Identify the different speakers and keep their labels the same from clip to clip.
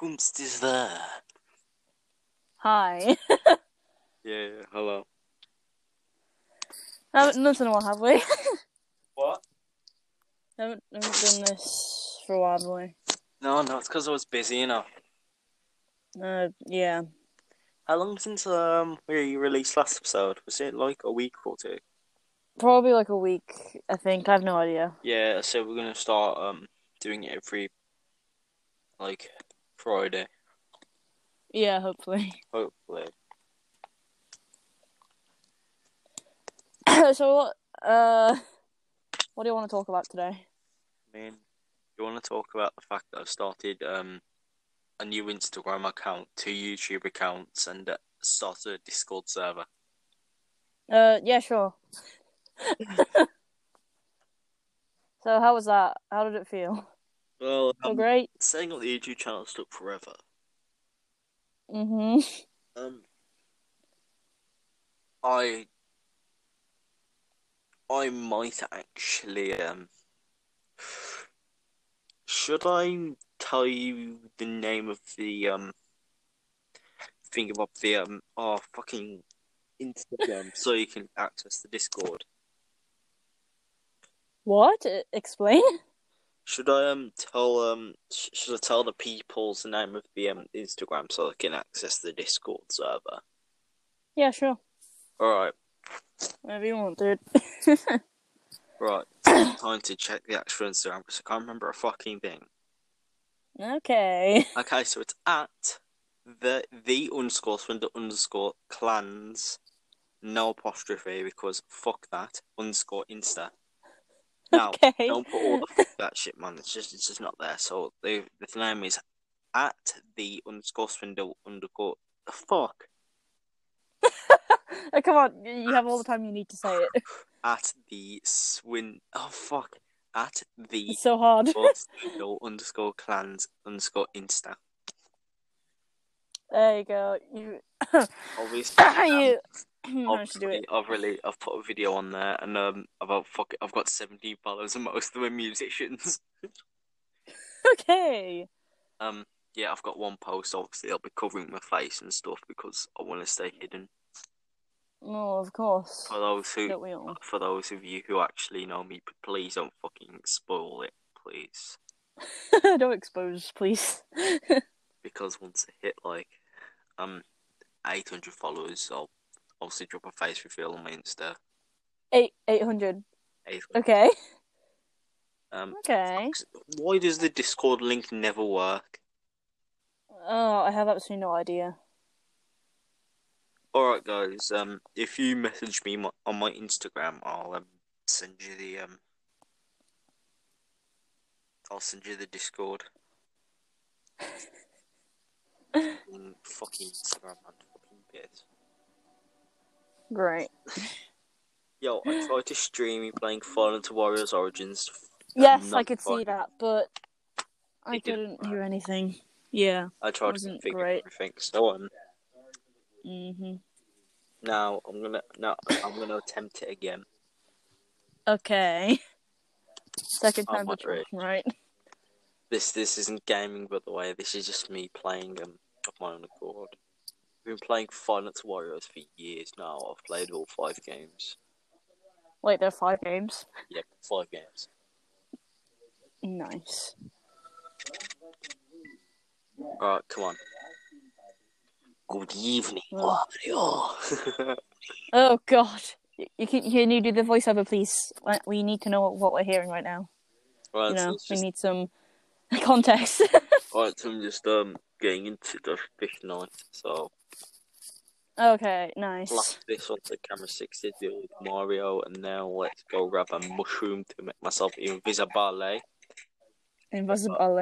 Speaker 1: Whomst is there?
Speaker 2: Hi.
Speaker 1: Yeah, hello.
Speaker 2: I haven't done this in a while, have we?
Speaker 1: What?
Speaker 2: I haven't, I haven't done this for a while, have we?
Speaker 1: No, no, it's because I was busy, you know.
Speaker 2: Uh, yeah.
Speaker 1: How long since um we released last episode? Was it like a week or two?
Speaker 2: Probably like a week, I think. I have no idea.
Speaker 1: Yeah, so we're gonna start um doing it every like Friday,
Speaker 2: Yeah, hopefully.
Speaker 1: hopefully.
Speaker 2: so, what, uh, what do you want to talk about today?
Speaker 1: I mean, you want to talk about the fact that I've started um a new Instagram account, two YouTube accounts, and uh, started a Discord server.
Speaker 2: Uh, yeah, sure. so, how was that? How did it feel?
Speaker 1: Well, um,
Speaker 2: Feel great?
Speaker 1: setting up the YouTube channel took forever.
Speaker 2: Mm-hmm.
Speaker 1: Um, I I might actually um. Should I tell you the name of the um thing about the um our fucking Instagram so you can access the Discord?
Speaker 2: What? E- Explain?
Speaker 1: Should I um tell um sh- should I tell the people's name of the um Instagram so they can access the Discord server?
Speaker 2: Yeah, sure.
Speaker 1: All right.
Speaker 2: Whatever you want, dude.
Speaker 1: Right, time to check the actual Instagram because I can't remember a fucking thing.
Speaker 2: okay.
Speaker 1: Okay, so it's at the the underscore swindle underscore clans, no apostrophe because fuck that underscore insta. Now
Speaker 2: Okay.
Speaker 1: don't put all the fuck that shit, man. It's just it's just not there. So the the name is at the underscore swindle underscore fuck
Speaker 2: Oh, come on, y- you have all the time you need to say it.
Speaker 1: at the swin oh fuck at the
Speaker 2: It's so hard.
Speaker 1: underscore swindle underscore clans underscore insta.
Speaker 2: There you go. You,
Speaker 1: Obviously. um,
Speaker 2: you managed to do it.
Speaker 1: Obviously, I've really I've put a video on there and um about fuck I've got seventeen followers and most of them are musicians.
Speaker 2: Okay.
Speaker 1: Um yeah, I've got one post obviously I'll be covering my face and stuff because I wanna stay hidden.
Speaker 2: No, of course.
Speaker 1: For those who
Speaker 2: Don't we all?
Speaker 1: for those of you who actually know me, p- please don't fucking spoil it, please.
Speaker 2: Don't expose, please.
Speaker 1: Because once I hit like um eight hundred followers I'll obviously drop a face reveal on my Insta.
Speaker 2: Eight, eight hundred.
Speaker 1: 800.
Speaker 2: Okay.
Speaker 1: Um
Speaker 2: Okay.
Speaker 1: why does the Discord link never work?
Speaker 2: Oh, I have absolutely no idea.
Speaker 1: All right, guys. Um, if you message me my, on my Instagram, I'll um send you the um. I'll send you the Discord. fucking, fucking Instagram man, fucking bit.
Speaker 2: Great.
Speaker 1: Yo, I tried to stream you playing Final Fantasy Warriors Origins.
Speaker 2: Yes, I
Speaker 1: not
Speaker 2: could
Speaker 1: fun.
Speaker 2: see that, but I
Speaker 1: It didn't
Speaker 2: couldn't hear anything. Yeah.
Speaker 1: I tried to
Speaker 2: Wasn't
Speaker 1: configure
Speaker 2: great.
Speaker 1: everything. So um,
Speaker 2: Mm-hmm.
Speaker 1: now I'm gonna now I'm gonna attempt it again.
Speaker 2: Okay. Second
Speaker 1: I'm
Speaker 2: time, the
Speaker 1: wondering.
Speaker 2: charm, right?
Speaker 1: This this isn't gaming, by the way. This is just me playing um of my own accord. I've been playing Finance Warriors for years now. I've played all five games.
Speaker 2: Wait, there are five games.
Speaker 1: Yep, five games.
Speaker 2: Nice.
Speaker 1: All right, come on. Good evening.
Speaker 2: Well.
Speaker 1: What are you?
Speaker 2: Oh God! Y- You can can you do the voiceover, please? I- We need to know what we're hearing right now.
Speaker 1: right,
Speaker 2: You
Speaker 1: so
Speaker 2: know,
Speaker 1: it's
Speaker 2: we
Speaker 1: just,
Speaker 2: need some context.
Speaker 1: right, so I'm just um getting into the fish night. So
Speaker 2: okay, nice.
Speaker 1: last this on the camera sixty deal with Mario, and now let's go grab a mushroom to make myself invisible. eh?
Speaker 2: Invisible.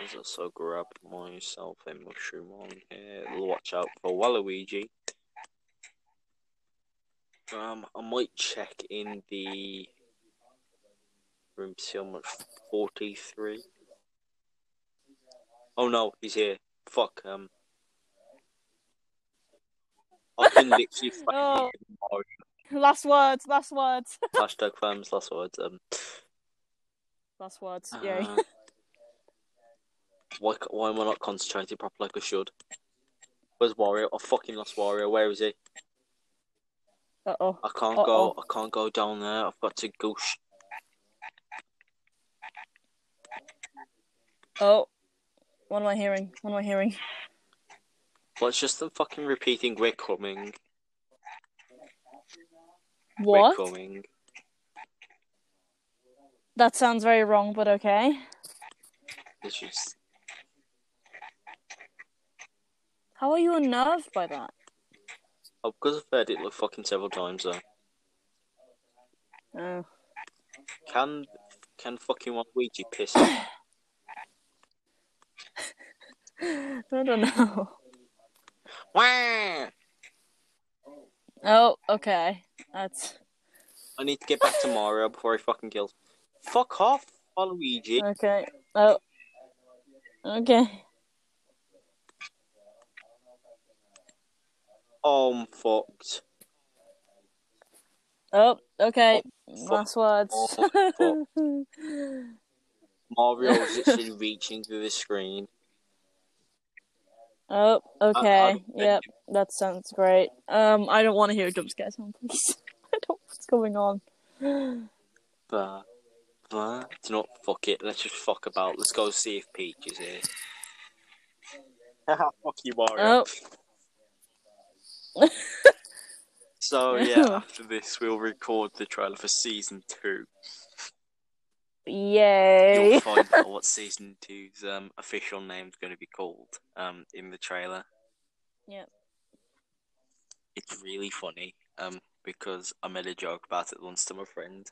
Speaker 1: Let's also grab myself a mushroom on here. Watch out for Waluigi. Um, I might check in the room to see how much. 43. Oh no, he's here. Fuck, um, I can literally find
Speaker 2: Oh.
Speaker 1: it tomorrow.
Speaker 2: Last words, last words,
Speaker 1: Hashtag firms, last words. Um,
Speaker 2: last words. Yay.
Speaker 1: uh, why, c- why am I not concentrating properly like I should? Where's Wario? I fucking lost Wario. Where is he?
Speaker 2: Uh oh.
Speaker 1: I can't go. I can't go down there. I've got to go. Sh-
Speaker 2: Oh, what am I hearing? What am I hearing?
Speaker 1: well, it's just them fucking repeating, we're coming.
Speaker 2: What?
Speaker 1: We're coming.
Speaker 2: That sounds very wrong, but okay.
Speaker 1: It's just,
Speaker 2: How are you unnerved by that?
Speaker 1: oh, because I've heard it like fucking several times though.
Speaker 2: Oh.
Speaker 1: Can can fucking Waluigi piss off?
Speaker 2: I don't know.
Speaker 1: Wah!
Speaker 2: Oh, okay. That's
Speaker 1: I need to get back to Mario before he fucking kills. Fuck off, Waluigi.
Speaker 2: okay. Oh. Okay.
Speaker 1: Oh, I'm fucked.
Speaker 2: Oh, okay.
Speaker 1: fuck.
Speaker 2: Last words.
Speaker 1: Oh, Mario was literally reaching through the screen.
Speaker 2: oh, okay.
Speaker 1: don't-
Speaker 2: Yep, that sounds great. Um, I don't want to hear a jump scare sound, please. I don't know what's going on.
Speaker 1: But, but, do you know what? Fuck it. Let's just fuck about. Let's go see if Peach is here. Haha, fuck you, Mario.
Speaker 2: Oh,
Speaker 1: So, yeah, after this, we'll record the trailer for season two.
Speaker 2: yay.
Speaker 1: You'll find out what season two's um, official name's going to be called um, in the trailer.
Speaker 2: Yep.
Speaker 1: It's really funny um, because I made a joke about it once to my friend.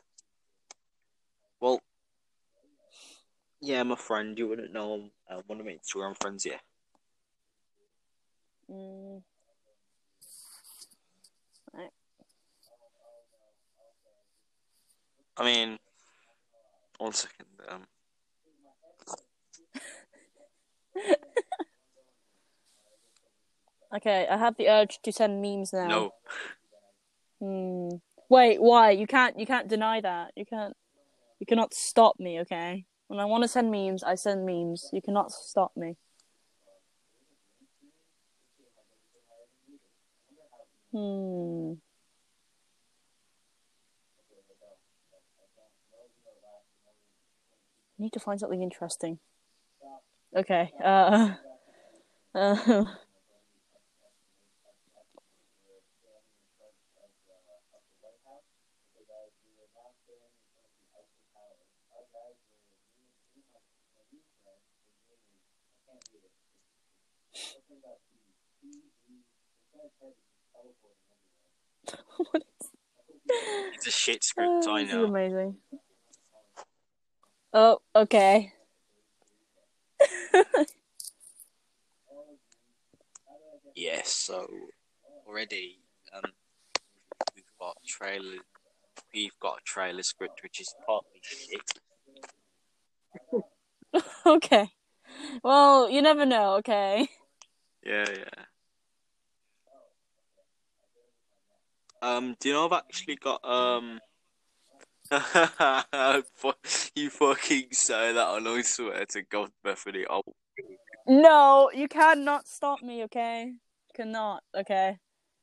Speaker 1: Well, yeah, my friend, you wouldn't know him. Uh, one of my Instagram friends, yeah.
Speaker 2: Mm,
Speaker 1: I mean, one second. Um,
Speaker 2: Okay, I have the urge to send memes now.
Speaker 1: no,
Speaker 2: Hmm. Wait, why? You can't. You can't deny that. You can't. You cannot stop me. Okay. When I want to send memes, I send memes. You cannot stop me. Hmm. I need to find something interesting. Okay. Uh. uh what is
Speaker 1: it's a shit script,
Speaker 2: Oh,
Speaker 1: I
Speaker 2: this is
Speaker 1: know.
Speaker 2: amazing. Oh, okay.
Speaker 1: Yeah, so already um, we've got trailer, we've got a trailer script which is partly shit.
Speaker 2: Okay. Well, you never know, okay?
Speaker 1: Yeah, yeah. Um, do you know I've actually got um. Fu- you fucking say that, and I swear to God, Bethany, I'll
Speaker 2: No, you cannot stop me, okay? Cannot, okay?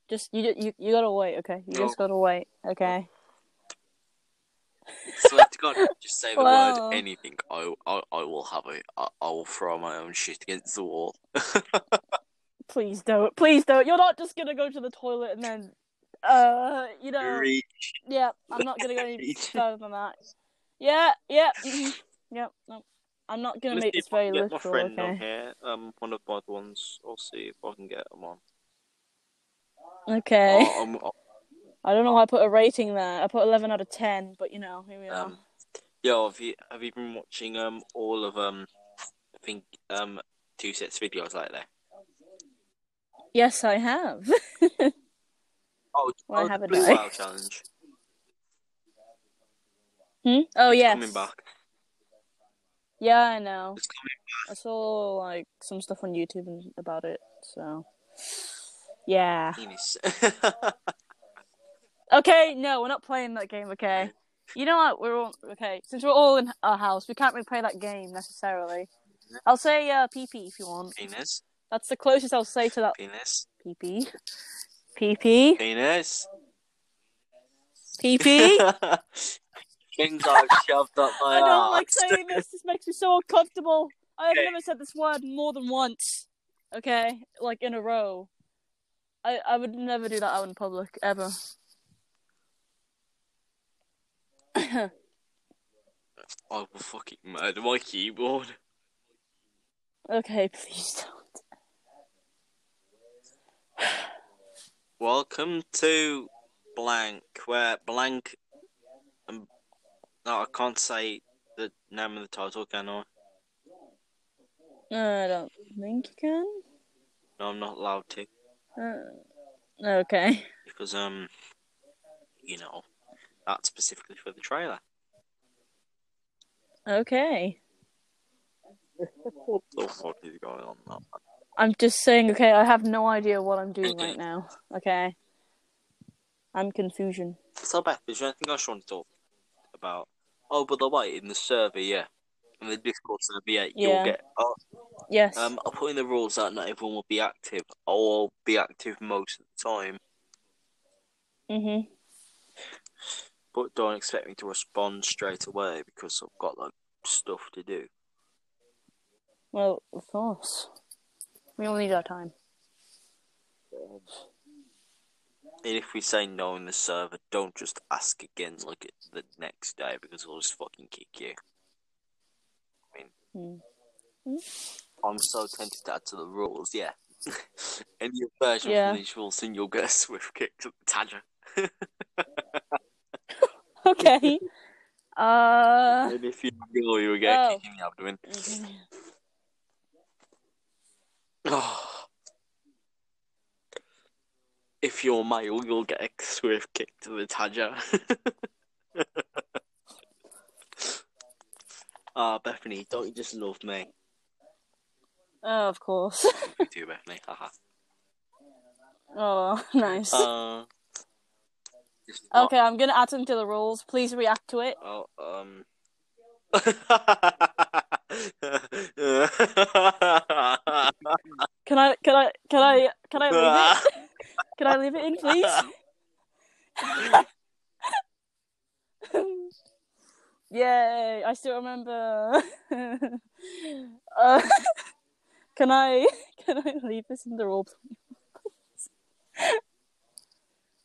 Speaker 2: Just you you you gotta wait, okay? You
Speaker 1: No.
Speaker 2: just gotta wait, okay?
Speaker 1: swear to God, just say the
Speaker 2: Wow.
Speaker 1: word anything, I, I, I will have it. I, I will throw my own shit against the wall.
Speaker 2: Please don't, please don't. You're not just gonna go to the toilet and then, uh, you know,
Speaker 1: Re-
Speaker 2: yeah. I'm not gonna go any further than that. Yeah, yeah, mhm, yeah. No, I'm not gonna
Speaker 1: Let's
Speaker 2: make
Speaker 1: see
Speaker 2: this
Speaker 1: if I
Speaker 2: very
Speaker 1: can get my
Speaker 2: literal,
Speaker 1: friend on
Speaker 2: okay?
Speaker 1: here. Um, one of my other ones. I'll see if I can get him on.
Speaker 2: Okay.
Speaker 1: Oh, I'm-
Speaker 2: I don't know why I put a rating there. I put 11 out of 10, but you know, here we are.
Speaker 1: Um, yo, have you have you been watching um all of um I think um two sets videos like that?
Speaker 2: yes, I have.
Speaker 1: Oh,
Speaker 2: Well, I
Speaker 1: oh,
Speaker 2: have a
Speaker 1: Blue
Speaker 2: die.
Speaker 1: Whale challenge.
Speaker 2: Hmm? Oh,
Speaker 1: It's
Speaker 2: yes.
Speaker 1: coming back.
Speaker 2: Yeah, I know.
Speaker 1: It's coming.
Speaker 2: I saw like some stuff on YouTube and- about it, so Yeah.
Speaker 1: Penis.
Speaker 2: Okay, no, we're not playing that game, okay? You know what? We're all okay. Since we're all in our house, we can't really play that game necessarily. I'll say uh pee pee if you want.
Speaker 1: penis.
Speaker 2: That's the closest I'll say to that
Speaker 1: Penis.
Speaker 2: pee pee. Pee pee.
Speaker 1: Penis.
Speaker 2: Pee pee.
Speaker 1: Things I've shoved up my
Speaker 2: I don't like
Speaker 1: arse.
Speaker 2: saying this. This makes me so uncomfortable. I've
Speaker 1: Okay.
Speaker 2: never said this word more than once. Okay, like in a row. I I would never do that out in public ever.
Speaker 1: I will fucking murder my keyboard.
Speaker 2: Okay, please don't.
Speaker 1: Welcome to blank, where blank. Um, no, I can't say the name of the title, can I?
Speaker 2: No, I don't think you can.
Speaker 1: No, I'm not allowed to
Speaker 2: Uh, okay.
Speaker 1: because um, you know, that's specifically for the trailer.
Speaker 2: Okay.
Speaker 1: What the fuck is going on? Now?
Speaker 2: I'm just saying, okay, I have no idea what I'm doing
Speaker 1: Okay.
Speaker 2: right now. Okay. I'm confusion.
Speaker 1: So Beth, is there anything else you want to talk about? Oh, by the way, in the survey, yeah, in the Discord server, yeah,
Speaker 2: Yeah.
Speaker 1: you'll get. Oh,
Speaker 2: Yes.
Speaker 1: um, I'll put in the rules that not everyone will be active. I'll be active most of the time,
Speaker 2: mhm.
Speaker 1: but don't expect me to respond straight away because I've got like stuff to do.
Speaker 2: Well, of course. We all need our time.
Speaker 1: And if we say no in the server, don't just ask again like the next day because I'll just fucking kick you.
Speaker 2: Hmm.
Speaker 1: I'm so tempted to add to the rules, yeah. Any version
Speaker 2: Yeah.
Speaker 1: from these rules, and you'll get a swift kick to the tadger.
Speaker 2: Okay. uh.
Speaker 1: And if you go, you will get a
Speaker 2: Oh.
Speaker 1: kick in the abdomen.
Speaker 2: mhm.
Speaker 1: if you're male, you'll get a swift kick to the tadger. Ah, Bethany, don't you just love me?
Speaker 2: Oh, of course.
Speaker 1: You do, Bethany. Haha.
Speaker 2: oh, nice.
Speaker 1: Uh, just not-
Speaker 2: okay, I'm gonna add them to the rules. Please react to it.
Speaker 1: Oh, um.
Speaker 2: Can I? Can I? Can I? Can I leave it? Can I leave it in, please? Yay! I still remember. uh, can I? Can I leave this in the role? please?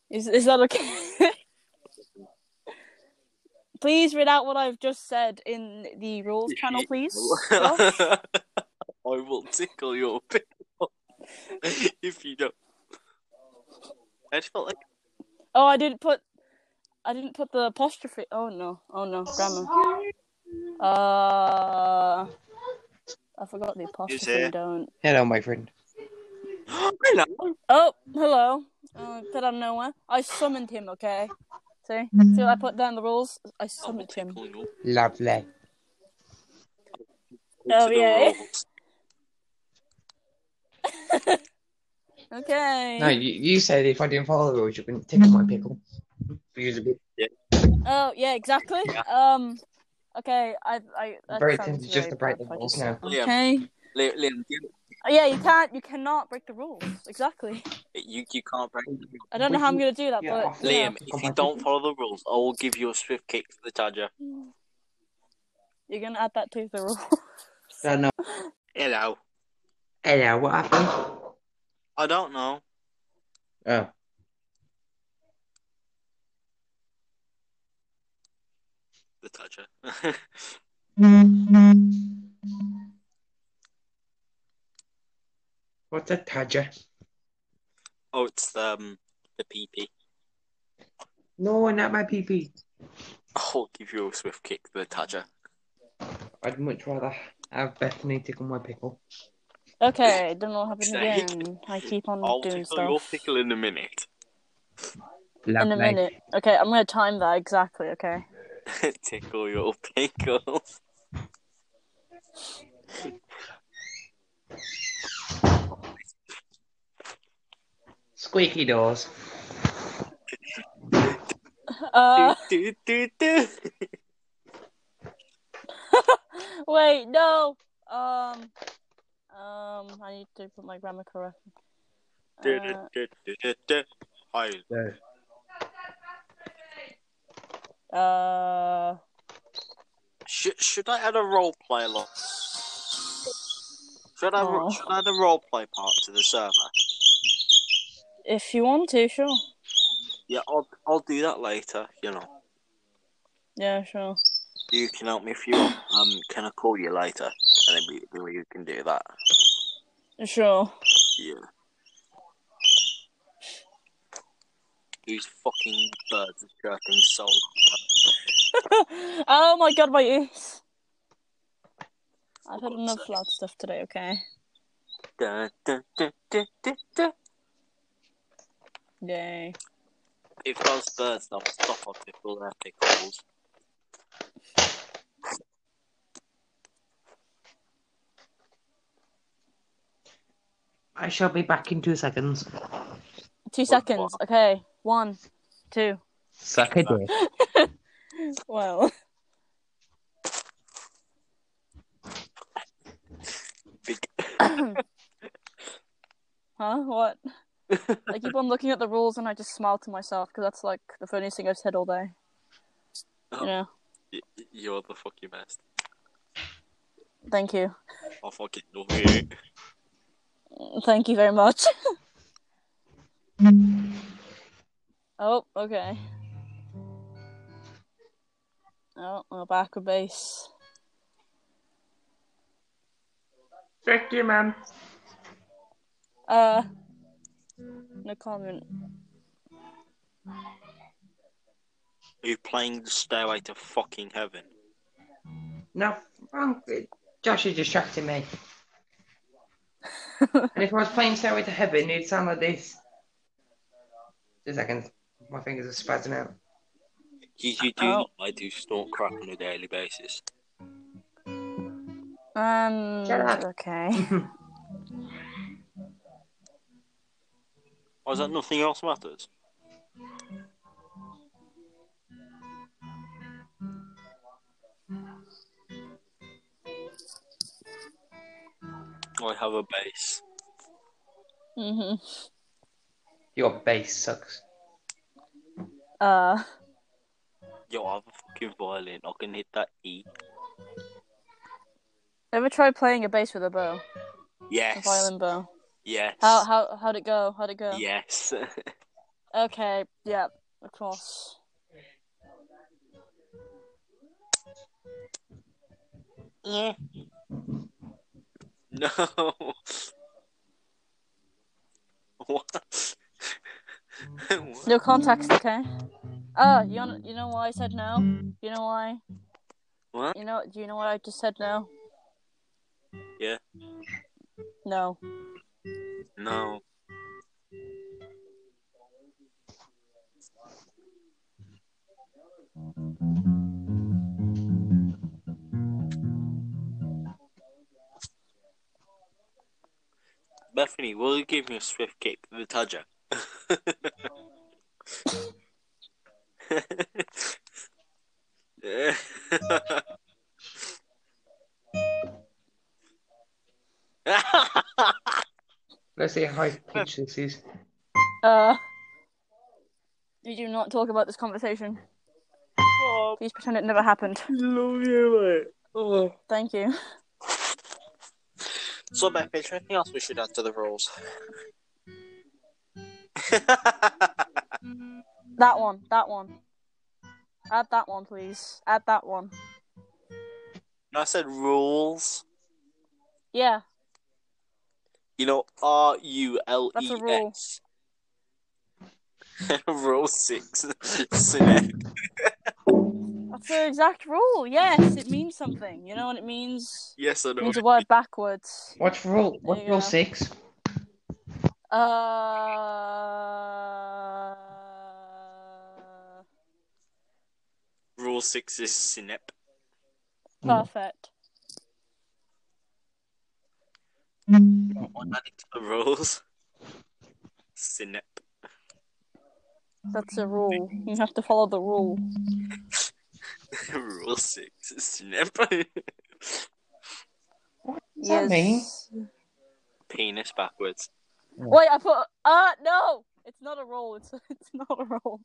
Speaker 2: is is that okay? please read out what I've just said in the rules channel, please. Josh.
Speaker 1: I will tickle your pickle if you don't. I just felt like
Speaker 2: Oh, I didn't put. I didn't put the apostrophe. Oh no! Oh no! Grammar. Uh, I forgot the apostrophe.
Speaker 1: here.
Speaker 2: Don't.
Speaker 3: Hello, my friend.
Speaker 1: hello.
Speaker 2: Oh, hello. Uh, that out of nowhere. I summoned him. Okay. See, see what I put down the rules. I
Speaker 1: I will
Speaker 2: summoned him.
Speaker 1: tickle your
Speaker 3: Lovely.
Speaker 2: Oh,
Speaker 1: to the
Speaker 2: yeah.
Speaker 1: rolls.
Speaker 2: Okay.
Speaker 3: No, you, you said if I didn't follow the rules, you couldn't tickle my pickle. You was a bit
Speaker 2: Oh yeah, exactly. Um. Okay. I. I. that
Speaker 3: very
Speaker 2: sounds
Speaker 3: tempted
Speaker 2: very
Speaker 3: just to break
Speaker 2: bad
Speaker 3: the
Speaker 2: if I
Speaker 3: rules
Speaker 2: just-
Speaker 3: now.
Speaker 1: Yeah.
Speaker 2: Okay.
Speaker 1: Li- Liam, you,
Speaker 2: Oh, yeah, you can't. You cannot break the rules. Exactly.
Speaker 1: you, you can't break.
Speaker 2: I don't know how I'm gonna do that,
Speaker 3: Yeah.
Speaker 2: but you know.
Speaker 1: Liam, if you don't follow the rules, I will give you a swift kick to the tadger.
Speaker 2: You're gonna add that to the rule.
Speaker 3: Don't know.
Speaker 1: Hello.
Speaker 3: Hello, what happened?
Speaker 1: I don't know.
Speaker 3: Oh.
Speaker 1: The tadger.
Speaker 3: What's a tadger?
Speaker 1: oh, it's um the PP.
Speaker 3: No, not my PP.
Speaker 1: I'll give you a swift kick to the tadger.
Speaker 3: I'd much rather have Bethany tickle my pickle.
Speaker 2: Okay, don't know what happened
Speaker 1: Snake.
Speaker 2: again. I keep on
Speaker 1: I'll
Speaker 2: doing
Speaker 1: tickle your
Speaker 2: stuff.
Speaker 1: pickle in a minute.
Speaker 2: In
Speaker 3: Lovely.
Speaker 2: a minute. Okay, I'm gonna time that exactly, okay?
Speaker 1: tickle your pickle.
Speaker 3: Squeaky doors.
Speaker 2: Uh,
Speaker 1: do, do, do, do.
Speaker 2: wait, no. Um, um, I need to put my grammar correct.
Speaker 1: Do,
Speaker 2: Uh,
Speaker 1: do, do, do, do, do. Hi.
Speaker 3: No.
Speaker 2: Uh,
Speaker 1: Should, should I add a role play lot? Should I,
Speaker 2: No.
Speaker 1: should I add a role play part to the server?
Speaker 2: if you want to, sure.
Speaker 1: Yeah, I'll, I'll do that later, you know.
Speaker 2: Yeah, sure.
Speaker 1: You can help me if you want. Um, can I call you later? And then we, we you can do that.
Speaker 2: Sure.
Speaker 1: Yeah. These fucking birds are chirping so loud.
Speaker 2: oh my god, my ears. I've had
Speaker 1: God's
Speaker 2: enough
Speaker 1: sake.
Speaker 2: loud stuff today, okay?
Speaker 1: Dun, dun, dun, dun, dun, dun.
Speaker 2: Yay.
Speaker 1: If those birds don't stop on people, they'll take calls.
Speaker 3: I shall be back in two seconds.
Speaker 2: Two seconds. Okay. One, two.
Speaker 3: Suck a dick.
Speaker 2: Well,
Speaker 1: Big-
Speaker 2: huh? What? I keep on looking at the rules and I just smile to myself because that's like the funniest thing I've said all day. You know?
Speaker 1: Y- y- You're the fucking best.
Speaker 2: Thank you.
Speaker 1: I fucking love you.
Speaker 2: Thank you very much. oh, okay. Oh, we're back with base.
Speaker 3: Thank you, man.
Speaker 2: Uh, no comment.
Speaker 1: Are you playing the Stairway to fucking heaven?
Speaker 3: No, um, Josh is distracting me. and if I was playing Stairway to Heaven, it'd sound like this. Two seconds. My fingers are spazzing out.
Speaker 1: You, you do
Speaker 2: Oh.
Speaker 1: know I do snort crap on a daily basis.
Speaker 2: Um,
Speaker 3: Shut up.
Speaker 2: okay.
Speaker 1: Oh, is
Speaker 2: Hmm.
Speaker 1: that nothing else matters? I have a base.
Speaker 2: hmm
Speaker 3: Your bass sucks.
Speaker 2: Uh,
Speaker 1: Yo, I have a fucking violin. I can hit that E.
Speaker 2: ever try playing a bass with a bow? A
Speaker 1: Yes.
Speaker 2: violin bow?
Speaker 1: Yes.
Speaker 2: How, how, how'd it go? How'd it go?
Speaker 1: Yes.
Speaker 2: Okay, yeah, of course.
Speaker 1: yeah. No. what? what?
Speaker 2: No context, okay? Ah, you, know, you know why I said no? You know why?
Speaker 1: What?
Speaker 2: You know, do you know why I just said no?
Speaker 1: Yeah.
Speaker 2: No.
Speaker 1: No. Bethany, will you give me a swift kick to the Tadger?
Speaker 3: Let's see how pitched this is.
Speaker 2: Uh, you do not talk about this conversation.
Speaker 1: oh,
Speaker 2: Please pretend it never happened.
Speaker 1: love you, mate. Oh.
Speaker 2: Thank you.
Speaker 1: So, Beth, is there anything else we should add to the rules?
Speaker 2: That one, that one. Add that one, please. Add that one.
Speaker 1: I said rules.
Speaker 2: Yeah,
Speaker 1: You know, R U L E
Speaker 2: That's a rule.
Speaker 1: S. Rule six. Synec.
Speaker 2: that's the exact rule. Yes, it means something. You know what it means?
Speaker 1: yes, I
Speaker 2: It
Speaker 1: know.
Speaker 2: means a word backwards.
Speaker 3: What's rule? What's
Speaker 2: There you
Speaker 3: rule
Speaker 2: go.
Speaker 3: six?
Speaker 2: Uh,
Speaker 1: Rule six is synep.
Speaker 2: perfect.
Speaker 1: Add it to the rules. Synap.
Speaker 2: That's a rule. You have to follow the rule.
Speaker 1: Rule six. Synap.
Speaker 3: Does that mean?
Speaker 1: Penis backwards.
Speaker 2: Wait, I put. Uh, no! It's not a rule. It's it's not a rule.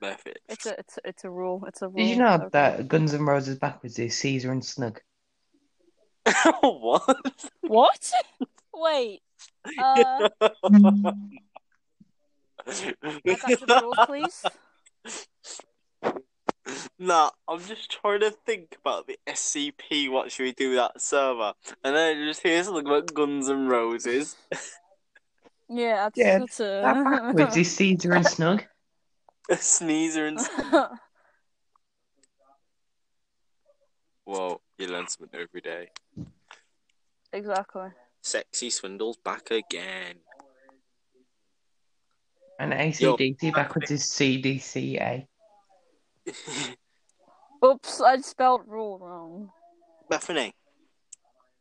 Speaker 1: Perfect.
Speaker 2: It's a it's a- it's a rule. It's a rule.
Speaker 3: Did you know
Speaker 2: Okay.
Speaker 3: that Guns N' Roses backwards is Caesar and Snug?
Speaker 1: what?
Speaker 2: What? Wait. Uh, add that to the rules, please.
Speaker 1: Nah, I'm just trying to think about the SCP. What should we do with that server? And then I just hear something about Guns and Roses.
Speaker 2: Yeah, uh, that's,
Speaker 3: Yeah,
Speaker 2: that's
Speaker 3: That backwards
Speaker 2: a.
Speaker 3: is Caesar and Snug.
Speaker 1: A sneezer and whoa, you learn something every day.
Speaker 2: exactly.
Speaker 1: Sexy Swindle's back again.
Speaker 3: And ACDC backwards is CDCA.
Speaker 2: Oops, I spelled rule wrong.
Speaker 1: Bethany,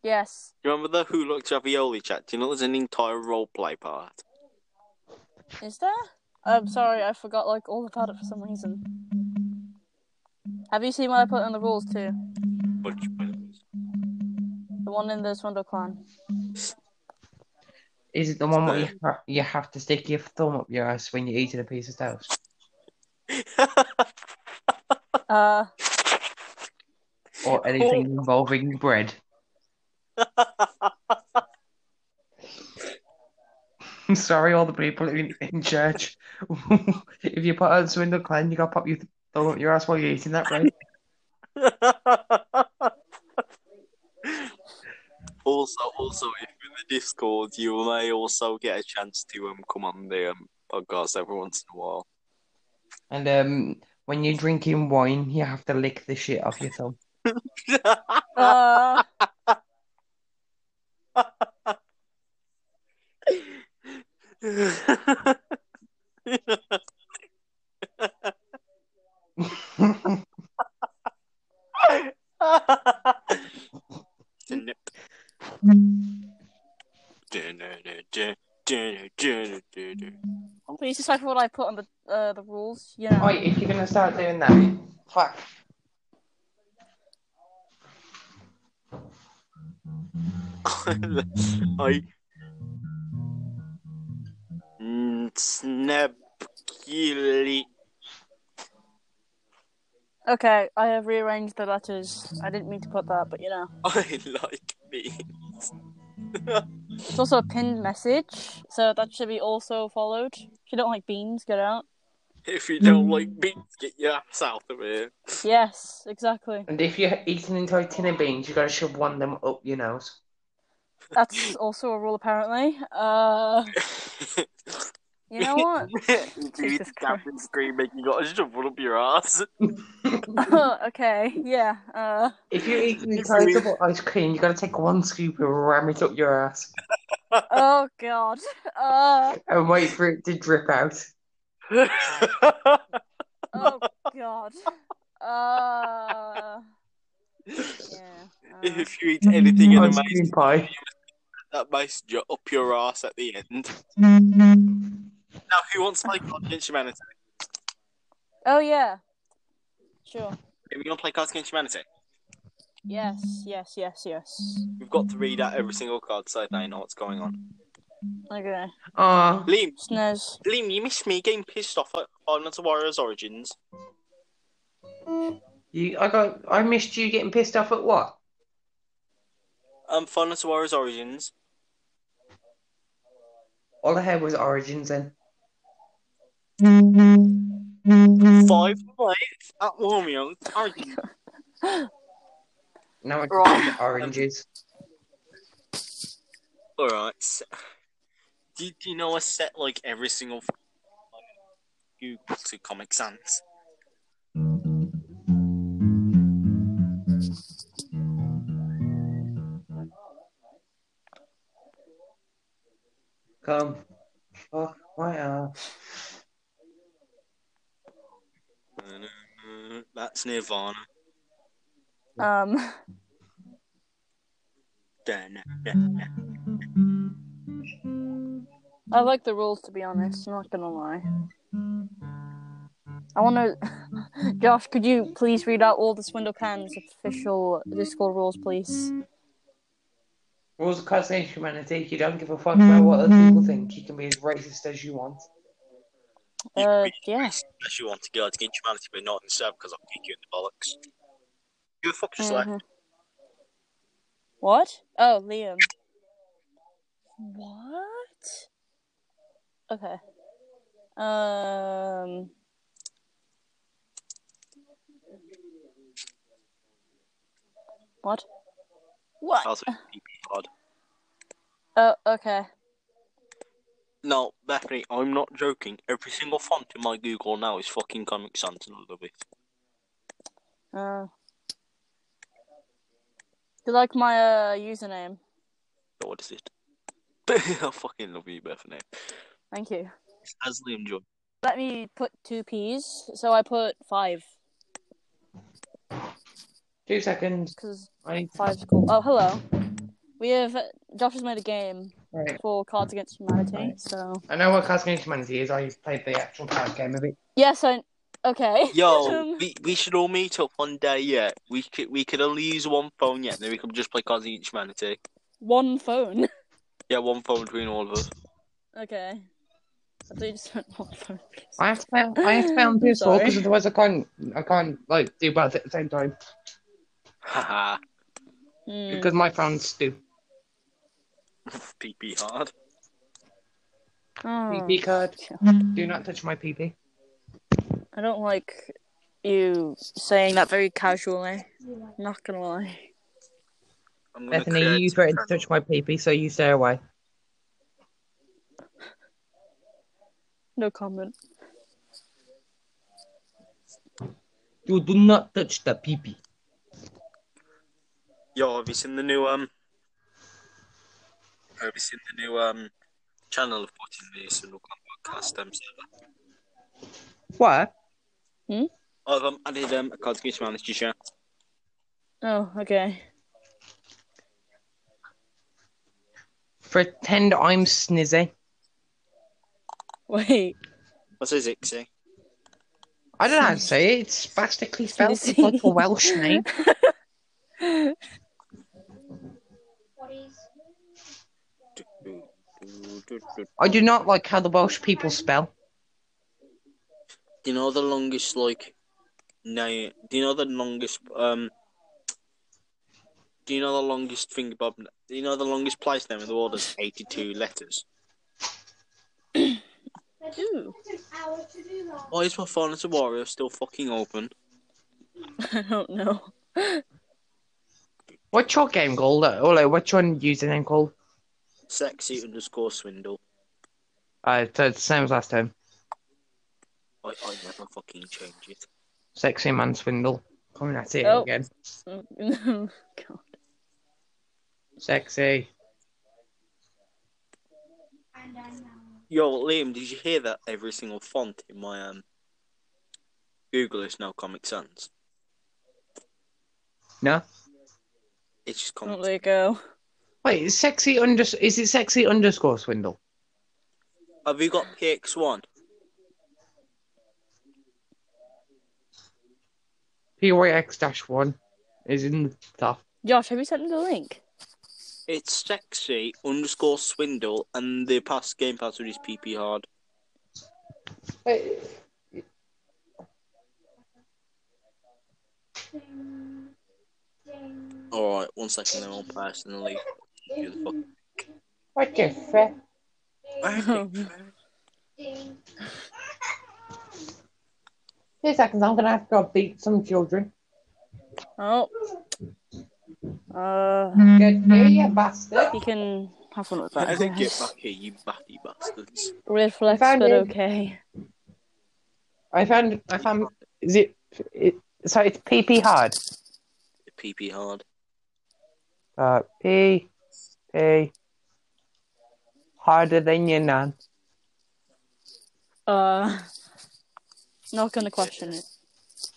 Speaker 2: Yes.
Speaker 1: you remember the Who Looked Ravioli chat? Do you know there's an entire roleplay part?
Speaker 2: Is there? I'm sorry, I forgot like all about it for some reason. Have you seen what I put in the rules too?
Speaker 1: Bunch of points.
Speaker 2: The one in the Swindle Clan.
Speaker 3: Is it the one where you, ha- you have to stick your thumb up your ass when you're eating a piece of toast?
Speaker 2: Uh,
Speaker 3: Or anything involving bread? I'm sorry, all the people in, in church. if you put on Swindle Clan, you gotta pop your thumb up your ass while you're eating that bread.
Speaker 1: also, also, if you're in the Discord, you may also get a chance to um come on the um, podcast every once in a while.
Speaker 3: And um, when you're drinking wine, you have to lick the shit off your thumb.
Speaker 2: uh, please decipher what I put on the uh, the rules. You know.
Speaker 3: Wait, if you're gonna start doing that, clap.
Speaker 1: I snapkily
Speaker 2: Okay, I have rearranged the letters. I didn't mean to put that, but you know.
Speaker 1: I like me.
Speaker 2: It's also a pinned message, so that should be also followed. If you don't like beans, get out.
Speaker 1: If you don't like beans, get your ass out of here.
Speaker 2: Yes, exactly.
Speaker 3: And if you're eating an entire tin of beans, you gotta shove one of them up your nose.
Speaker 2: That's also a rule, apparently. Uh, you know what?
Speaker 1: Dude,
Speaker 2: Jesus
Speaker 1: that and screaming, you gotta shove one up your ass.
Speaker 2: okay, yeah. Uh,
Speaker 3: If you're eating an
Speaker 1: If
Speaker 3: entire
Speaker 1: you-
Speaker 3: double ice cream, you gotta take one scoop and ram it up your ass
Speaker 2: oh God. Uh,
Speaker 3: and wait for it to drip out.
Speaker 2: oh God. Uh, yeah. Uh,
Speaker 1: if you eat anything in a
Speaker 3: Ice
Speaker 1: maze,
Speaker 3: cream pie.
Speaker 1: that mace you up your ass at the end. Now, who wants to play Cards Against Humanity?
Speaker 2: oh yeah. Sure.
Speaker 1: If you want to play Cards Against Humanity,
Speaker 2: Yes. Yes. Yes. Yes.
Speaker 1: we've got to read out every single card so they know what's going on.
Speaker 2: Okay.
Speaker 3: Aw.
Speaker 1: Liam,
Speaker 2: Snares.
Speaker 1: Liam, you missed me getting pissed off at Arnold Warriors Origins.
Speaker 3: You, I got, I missed you getting pissed off at what?
Speaker 1: Um, Final Warriors Origins.
Speaker 3: All I had was Origins then.
Speaker 1: Five nights at Warmio Origins.
Speaker 3: Now it's
Speaker 2: Right.
Speaker 3: oranges.
Speaker 1: Alright. So, do, do you know I set like every single Google to Comic Sans?
Speaker 3: Come. Fuck uh, my ass.
Speaker 1: That's Nirvana.
Speaker 2: Um.
Speaker 1: Dun,
Speaker 2: I like the rules to be honest. I'm not gonna lie. I want to, Josh. Could you please read out all the Swindle Clans official Discord rules, please?
Speaker 3: Rules of class against humanity. You don't give a fuck about what other
Speaker 2: Mm-hmm.
Speaker 3: people think. You can be as racist as you want.
Speaker 1: You
Speaker 2: Uh,
Speaker 1: can be
Speaker 2: yeah.
Speaker 1: racist Unless you want to go against humanity, but not yourself, because I'll kick you in the bollocks. You fuck just like
Speaker 2: Mhm. What? Oh, Liam. What? Okay. Um. What? What?
Speaker 1: also PP pod.
Speaker 2: Oh, okay.
Speaker 1: No, Bethany, I'm not joking. Every single font in my Google now is fucking Comic Sans, and I love it.
Speaker 2: Uh, you like my uh, username?
Speaker 1: But what is it? I fucking love you, Bethany.
Speaker 2: Thank you.
Speaker 1: As Liam joined,
Speaker 2: Let me put two P's, so I put five
Speaker 3: Two seconds.
Speaker 2: because
Speaker 3: I need
Speaker 2: five's cool. Oh, hello. We have Josh has made a game
Speaker 3: Right.
Speaker 2: for Cards Against Humanity. So
Speaker 3: I know what class against humanity is. I played the actual card game of it.
Speaker 2: yes, I okay.
Speaker 1: Yo,
Speaker 2: Um,
Speaker 1: we, we should all meet up one day. Yeah, we could we could only use one phone yet. Then we could just play Cards Against Humanity.
Speaker 2: one phone.
Speaker 1: Yeah, one phone between all of us.
Speaker 2: okay. I do just want one phone.
Speaker 3: I have to play. I have to play on
Speaker 2: I'm
Speaker 3: PS4
Speaker 2: sorry.
Speaker 3: because otherwise I can't. I can't like do both at the same time
Speaker 1: Haha,
Speaker 2: Hmm.
Speaker 3: because my phone's stupid.
Speaker 1: PP hard.
Speaker 2: Oh,
Speaker 3: PP card. Do not touch my PP.
Speaker 2: I don't like you saying that very casually. Not gonna lie.
Speaker 1: I'm gonna
Speaker 3: Bethany,
Speaker 1: create
Speaker 3: you
Speaker 1: a
Speaker 3: threatened to
Speaker 1: channel.
Speaker 3: touch my PP, so you stay away.
Speaker 2: No comment.
Speaker 3: You do not touch the PP.
Speaker 1: Yo, have you seen the new um? Have you seen the new um channel of put in the Sunderland podcast? Um, server?
Speaker 3: What?
Speaker 1: I've um, added um, a Cards Against Humanity chat.
Speaker 2: Oh, okay.
Speaker 3: Pretend I'm snizzy.
Speaker 2: Wait.
Speaker 1: What's his Ixie?
Speaker 3: I don't know how to say it. It's spastically spelled. It's
Speaker 2: Snizzy.
Speaker 3: like a Welsh name.
Speaker 1: Do
Speaker 3: I do not like how the Welsh people spell.
Speaker 1: you know the longest like name? Do you know the longest um? Do you know the longest finger bob? Do you know the longest place name in the world is eighty-two letters?
Speaker 2: Ooh.
Speaker 1: Why is Oh, my phone as a warrior still fucking open?
Speaker 2: I don't know.
Speaker 3: What's your game called? Or like, what's your username called?
Speaker 1: Sexy underscore swindle.
Speaker 3: Uh, so it's the same as last time.
Speaker 1: I, I never fucking change it.
Speaker 3: Sexy man swindle. Coming at it
Speaker 2: Oh.
Speaker 3: again.
Speaker 2: God.
Speaker 3: Sexy.
Speaker 1: Yo, Liam, did you hear that? Every single font in my um Google is now Comic Sans.
Speaker 3: No.
Speaker 1: It's just
Speaker 2: Don't
Speaker 1: Comic.
Speaker 2: let it go.
Speaker 3: Wait, it's sexy under. Is it sexy underscore swindle?
Speaker 1: Have you got PX One?
Speaker 3: PYX dash one is in the top.
Speaker 2: Josh, have you sent me the link?
Speaker 1: It's sexy underscore swindle, and the past game password is PP hard.
Speaker 3: Wait.
Speaker 1: All right, one second, then I'll personally do the fuck.
Speaker 3: What the fuck? Two seconds. I'm gonna have to go beat some children.
Speaker 2: Oh. Uh,
Speaker 3: Good day, you bastard.
Speaker 2: you can have fun with that. I
Speaker 1: I think get
Speaker 2: guess.
Speaker 1: back here, you batty bastards.
Speaker 2: Weird flex,
Speaker 3: Found
Speaker 2: but
Speaker 3: it.
Speaker 2: okay.
Speaker 3: I found. I found. Is it? it so it's PP hard.
Speaker 1: PP hard.
Speaker 3: Uh, P, P. Harder than your nan.
Speaker 2: Uh, not gonna question it.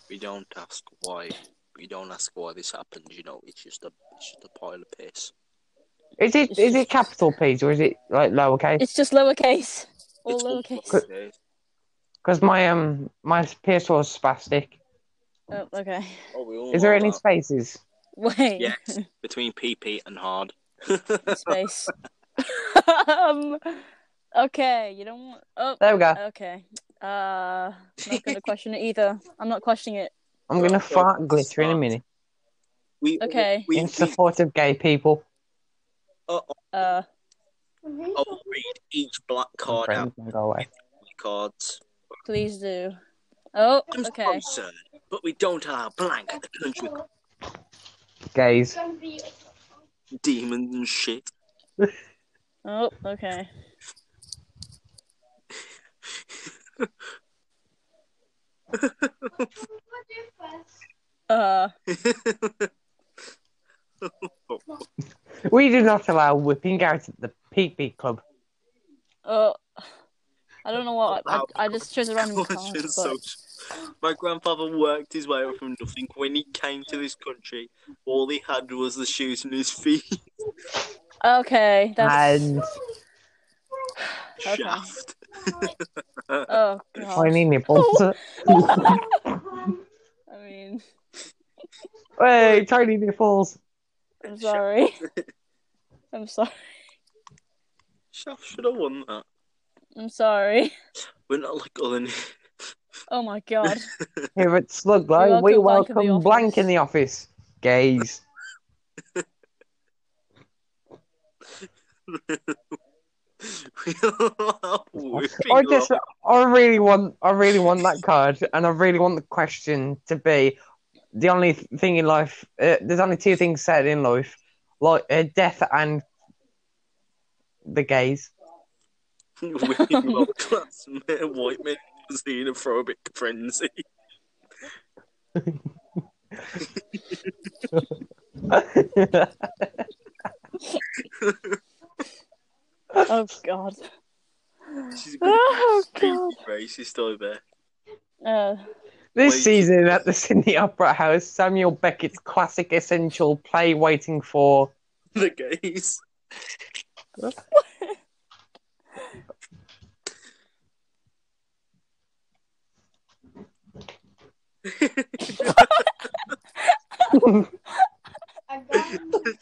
Speaker 1: We don't ask why. We don't ask why this happened. You know, it's just a, it's just a pile of piss.
Speaker 3: Is it
Speaker 2: It's
Speaker 3: is it
Speaker 2: just-
Speaker 3: capital P's or is it like lowercase?
Speaker 2: It's just lowercase. All
Speaker 1: It's all
Speaker 2: lowercase.
Speaker 3: Because my um my pierce was spastic.
Speaker 2: Oh, okay.
Speaker 1: Oh, we all
Speaker 3: Is there
Speaker 1: know
Speaker 3: any
Speaker 1: that.
Speaker 3: spaces?
Speaker 2: Wait.
Speaker 1: Yes, between PP and hard.
Speaker 2: Space. um. Okay. You don't want. Oh.
Speaker 3: There we go.
Speaker 2: Okay. Uh. Not gonna question it either. I'm not questioning it.
Speaker 3: I'm gonna
Speaker 1: Okay,
Speaker 3: fart glitter in a
Speaker 1: start.
Speaker 3: minute
Speaker 1: We
Speaker 2: Okay.
Speaker 1: We, we,
Speaker 3: in support of gay people.
Speaker 2: Uh.
Speaker 1: I'll read each black card out.
Speaker 3: Friends, go away.
Speaker 1: of Cards.
Speaker 2: Please do. Oh.
Speaker 1: I'm
Speaker 2: Okay.
Speaker 1: sorry, sir, but we don't allow blank at the country club.
Speaker 3: Gays.
Speaker 1: demons and shit.
Speaker 2: Oh. Okay. Uh.
Speaker 3: We do not allow whipping out at the Peak Beat Club.
Speaker 2: Oh. I don't know what. I,
Speaker 1: Wow.
Speaker 2: I just chose a random card.
Speaker 1: Conscience
Speaker 2: But...
Speaker 1: social- My grandfather worked his way up from nothing. When he came to this country, all he had was the shoes and his feet
Speaker 2: Okay. That's.
Speaker 3: And
Speaker 2: Okay.
Speaker 1: shaft.
Speaker 2: Oh god.
Speaker 3: tiny nipples.
Speaker 2: I mean,
Speaker 3: hey, tiny nipples.
Speaker 2: I'm sorry. I'm sorry.
Speaker 1: Shaft should have won that.
Speaker 2: I'm sorry.
Speaker 1: We're not like other. n-
Speaker 2: Oh my god.
Speaker 3: Here at Slug Low,
Speaker 2: We
Speaker 3: we
Speaker 2: welcome
Speaker 3: welcome blank in the office. Gays.
Speaker 1: we allow whipping
Speaker 3: I just,
Speaker 1: lot.
Speaker 3: I really want, I really want that card, and I really want the question to be the only thing in life. Uh, there's only two things said in life, like uh, death and the gays.
Speaker 1: Whipping lot class men- white men was the xenophobic frenzy.
Speaker 2: Oh god.
Speaker 1: She's a good
Speaker 2: Oh god.
Speaker 1: racist over
Speaker 2: Uh,
Speaker 3: This
Speaker 1: Wait.
Speaker 3: season at the Sydney Opera House, Samuel Beckett's classic essential play Waiting for
Speaker 1: the gays.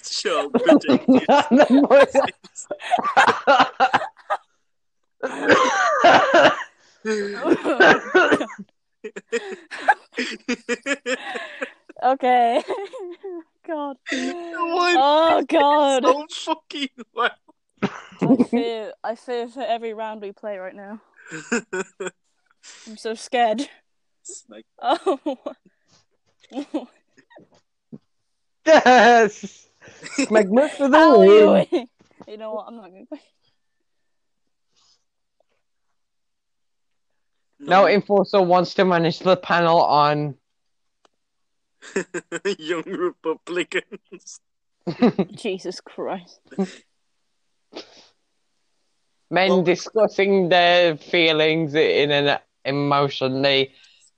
Speaker 1: Child protective.
Speaker 2: okay. god.
Speaker 1: Why
Speaker 2: Oh god.
Speaker 1: so fucking well?
Speaker 2: I fear. I fear for every round we play right now. I'm so scared.
Speaker 1: Snake.
Speaker 2: Oh.
Speaker 3: Yes. Magnus for the
Speaker 2: How are
Speaker 3: win.
Speaker 2: you? You know what? I'm not gonna.
Speaker 3: Now Enforcer wants to manage the panel on
Speaker 1: Young Republicans.
Speaker 2: Jesus Christ.
Speaker 3: men
Speaker 1: Well-
Speaker 3: discussing their feelings in an emotionally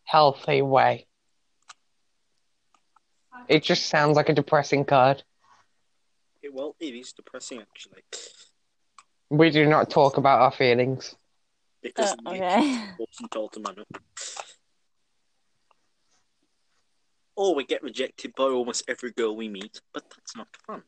Speaker 3: healthy way. It just sounds like a depressing card.
Speaker 1: Yeah, well, it is depressing actually.
Speaker 3: We do not talk about our feelings.
Speaker 1: Because
Speaker 2: Uh, okay.
Speaker 1: wasn't told to man up. Or Oh, we get rejected by almost every girl we meet, but that's not fun.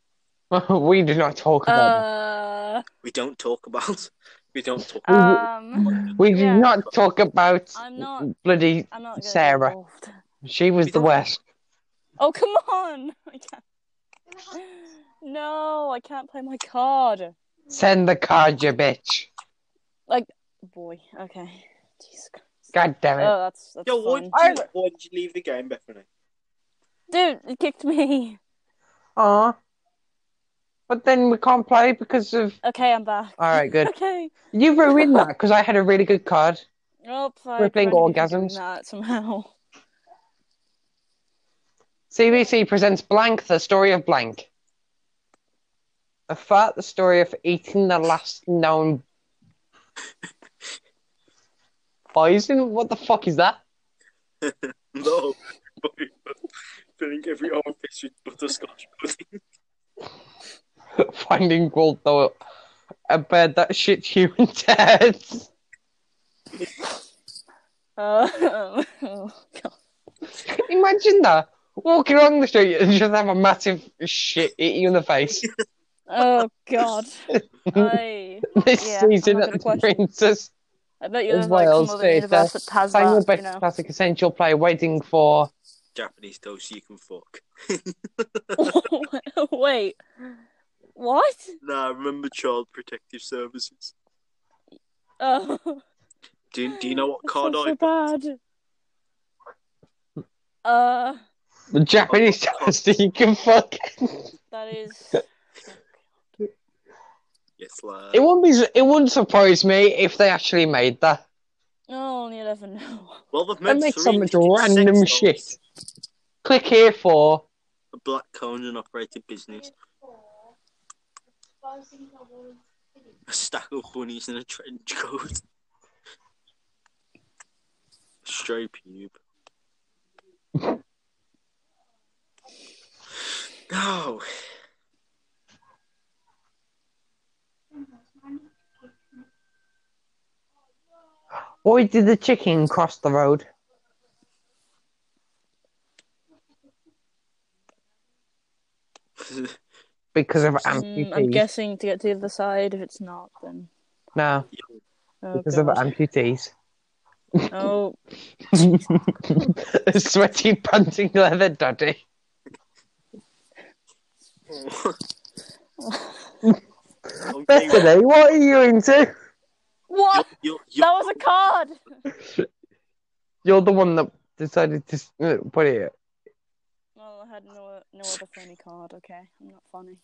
Speaker 3: we do not talk about
Speaker 2: Uh,
Speaker 1: We don't talk about. We don't talk.
Speaker 3: Uh,
Speaker 2: um,
Speaker 3: them. We do
Speaker 2: yeah.
Speaker 3: not talk about
Speaker 2: I'm not.
Speaker 3: bloody.
Speaker 2: I'm not. Gonna
Speaker 3: Sarah.
Speaker 2: Be involved.
Speaker 3: She was
Speaker 1: We
Speaker 3: the
Speaker 1: don't-
Speaker 3: worst.
Speaker 2: Oh come on! I can't. No, I can't play my card.
Speaker 3: Send the card, you bitch.
Speaker 2: Boy. Okay. Jesus Christ.
Speaker 3: God damn it.
Speaker 2: Oh, that's that's
Speaker 1: Yo, why
Speaker 2: fun.
Speaker 1: did,
Speaker 3: I-
Speaker 1: you, why did you leave the game, Bethany?
Speaker 2: Dude, it kicked me.
Speaker 3: Aw. But then we can't play because of.
Speaker 2: Okay, I'm back.
Speaker 3: All right, good.
Speaker 2: Okay.
Speaker 3: You ruined that because I had a really good card.
Speaker 2: Oh, I
Speaker 3: We're playing
Speaker 2: couldn't even
Speaker 3: orgasms.
Speaker 2: do That somehow.
Speaker 3: CBC presents Blank, the story of Blank. A fart, the story of eating the last known poison. What the fuck is that?
Speaker 1: No, filling every orifice with butterscotch pudding.
Speaker 3: Finding Waldo a bird that shits human dead.
Speaker 2: Oh, oh, God.
Speaker 3: Imagine that. Walking along the street and just have a massive shit hit you in the face.
Speaker 2: Oh, God. I,
Speaker 3: this
Speaker 2: Yeah, I'm
Speaker 3: season
Speaker 2: not
Speaker 3: at
Speaker 2: gonna
Speaker 3: the
Speaker 2: question.
Speaker 3: Princess
Speaker 2: I bet you
Speaker 3: as
Speaker 2: live like some
Speaker 3: Wales
Speaker 2: other
Speaker 3: Theatre.
Speaker 2: universe that has
Speaker 3: Find your
Speaker 2: that,
Speaker 3: best
Speaker 2: you know.
Speaker 3: classic essential play waiting for
Speaker 1: Japanese toast you can fuck.
Speaker 2: Wait, what?
Speaker 1: Nah, remember Child Protective Services.
Speaker 2: Oh,
Speaker 1: Do, do you know what
Speaker 2: that
Speaker 1: card
Speaker 2: sounds
Speaker 1: I
Speaker 2: so bad. Uh,
Speaker 3: the Japanese toast that you can fuck.
Speaker 2: that is.
Speaker 1: Yes, lad.
Speaker 3: It wouldn't be. It wouldn't surprise me if they actually made that.
Speaker 2: Oh, you'll never know.
Speaker 1: Well, they've
Speaker 3: They
Speaker 1: made
Speaker 3: make
Speaker 1: three
Speaker 3: so much
Speaker 1: fucking sex
Speaker 3: random
Speaker 1: dolls.
Speaker 3: shit. Click here for
Speaker 1: A black cone operated business. A stack of bunnies in a trench coat. Stray pube. No.
Speaker 3: why did the chicken cross the road? Because of amputees.
Speaker 2: Mm, I'm guessing to get to the other side. If it's not, then
Speaker 3: no,
Speaker 2: oh,
Speaker 3: because of
Speaker 2: God.
Speaker 3: amputees.
Speaker 2: oh
Speaker 3: A sweaty, panting leather daddy.
Speaker 1: okay.
Speaker 3: Bethany, what are you into?
Speaker 2: what?
Speaker 1: You're,
Speaker 2: That
Speaker 1: you're,
Speaker 2: was a card.
Speaker 3: You're the one that decided to uh, put it.
Speaker 2: Well, I had no no other funny card. Okay, I'm not funny.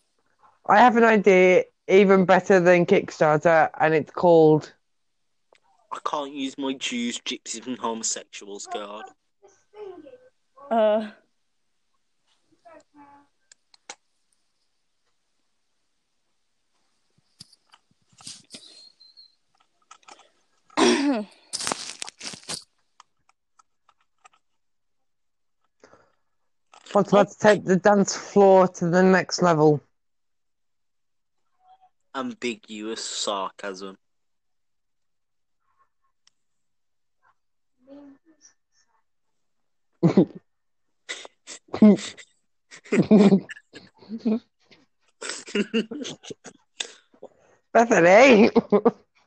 Speaker 3: I have an idea even better than Kickstarter, and it's called
Speaker 1: I can't use my Jews, gypsies, and homosexuals card.
Speaker 2: Uh,
Speaker 3: "Want to take the dance floor to the next level."
Speaker 1: Ambiguous sarcasm.
Speaker 3: Bethany,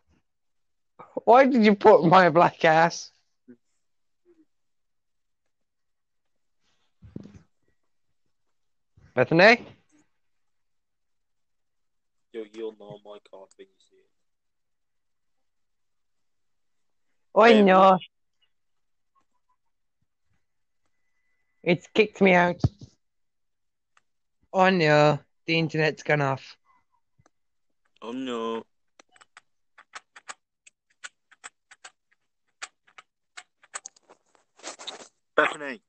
Speaker 3: why did you put my black ass? Bethany,
Speaker 1: Yo, you'll know my card when you see it.
Speaker 3: I
Speaker 1: Um,
Speaker 3: know it's kicked me out. Oh no, the internet's gone off.
Speaker 1: Oh no. Bethany.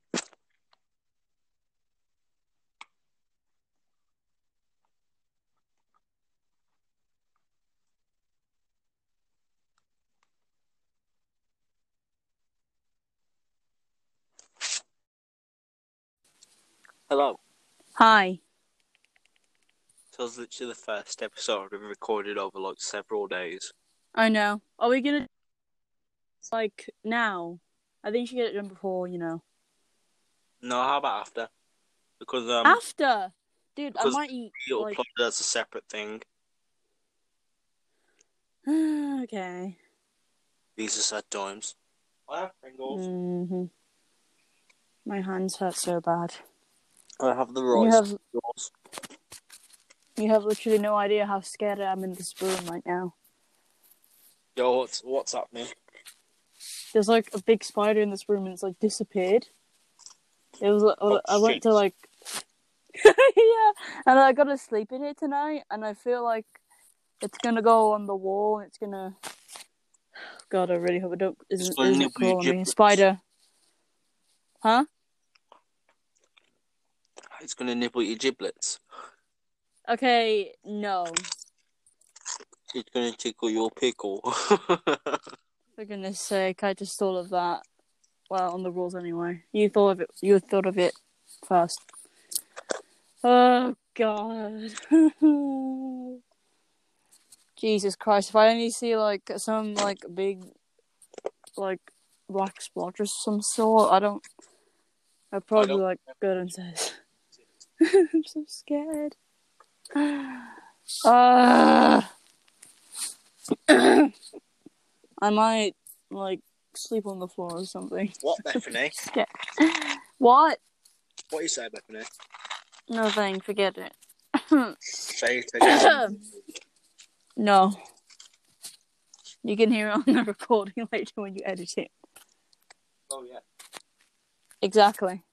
Speaker 1: Hello.
Speaker 2: hi.
Speaker 1: So was literally the first episode we recorded over like several days.
Speaker 2: I know. Are we gonna like now? I think you should get it done before, you know.
Speaker 1: No, how about after? Because um,
Speaker 2: After, dude, I
Speaker 1: because-
Speaker 2: might eat.
Speaker 1: you
Speaker 2: Ah, like-
Speaker 1: uploaded as a separate thing.
Speaker 2: okay.
Speaker 1: These are sad times. I have Pringles.
Speaker 2: hmm My hands hurt so bad.
Speaker 1: I have the
Speaker 2: You
Speaker 1: rice.
Speaker 2: have
Speaker 1: Pringles.
Speaker 2: you have literally no idea how scared I am in this room right now.
Speaker 1: Yo, what's what's happening?
Speaker 2: There's like a big spider in this room and it's like disappeared. It was.
Speaker 1: Oh,
Speaker 2: I went to
Speaker 1: shit.
Speaker 2: like. yeah, and I got to sleep in it tonight, and I feel like it's gonna go on the wall. and It's gonna. God, I really hope it don't isn't,
Speaker 1: Explain
Speaker 2: isn't
Speaker 1: it with your
Speaker 2: crawling me.
Speaker 1: giblets.
Speaker 2: Spider. Huh?
Speaker 1: It's gonna nibble your giblets.
Speaker 2: Okay, no.
Speaker 1: It's gonna tickle your pickle.
Speaker 2: For goodness sake, I just thought of that. Well, on the rules anyway. You thought of it. You thought of it first. Oh God. Jesus Christ! If I only see like some like big, like black splotch or some sort, I don't. I'd probably
Speaker 1: don't-
Speaker 2: like go and say, "I'm so scared." Uh, I might like sleep on the floor or something.
Speaker 1: What, Bethany?
Speaker 2: What?
Speaker 1: What you say, Bethany?
Speaker 2: No thing. Forget it.
Speaker 1: Say it again.
Speaker 2: No. You can hear it on the recording later when you edit it.
Speaker 1: oh yeah.
Speaker 2: Exactly.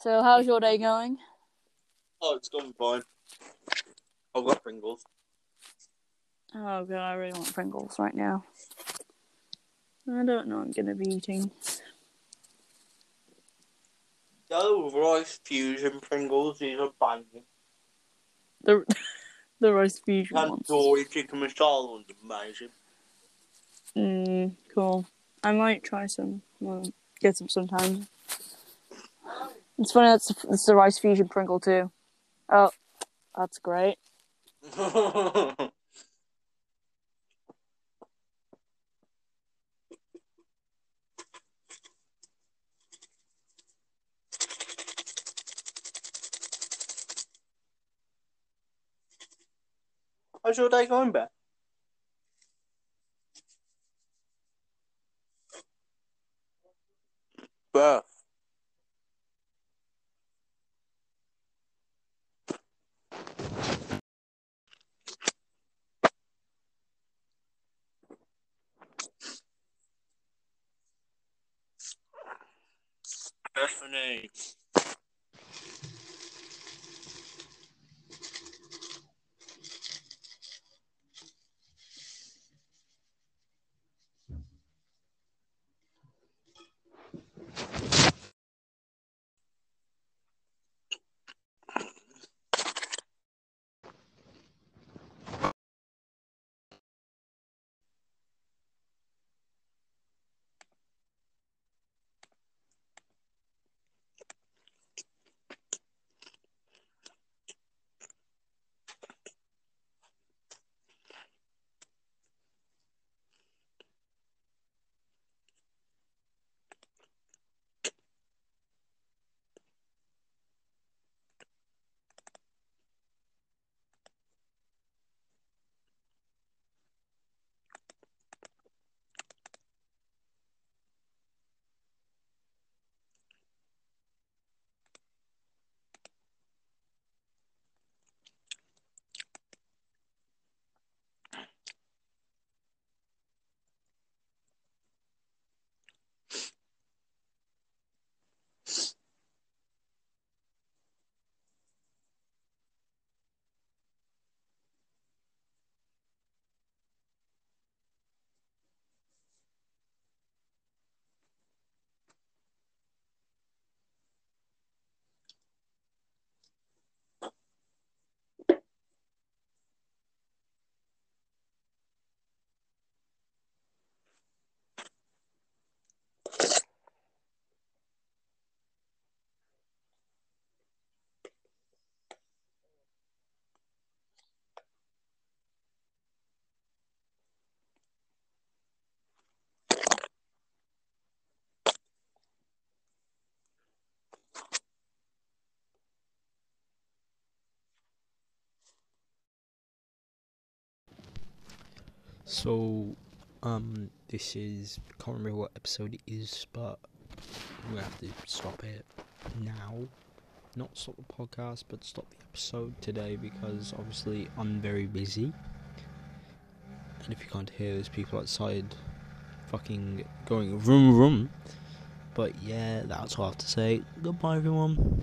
Speaker 2: So, how's your day going?
Speaker 1: Oh, it's going fine. I've got Pringles.
Speaker 2: Oh god, I really want Pringles right now. I don't know. What I'm gonna be eating.
Speaker 1: No rice fusion Pringles. These are banging.
Speaker 2: The the roast fusion ones.
Speaker 1: Tandoori chicken masala one's amazing.
Speaker 2: Mm, cool. I might try some. Well, get some sometime. It's funny. That's that's the rice fusion Pringle too. Oh, that's great.
Speaker 1: How's your day going, Beth? Beth. Bethany.
Speaker 4: So, um, this is can't remember what episode it is, but we have to stop it now. Not stop the podcast, but stop the episode today because obviously I'm very busy. And if you can't hear, there's people outside, fucking going room room. But yeah, that's all I have to say. Goodbye, everyone.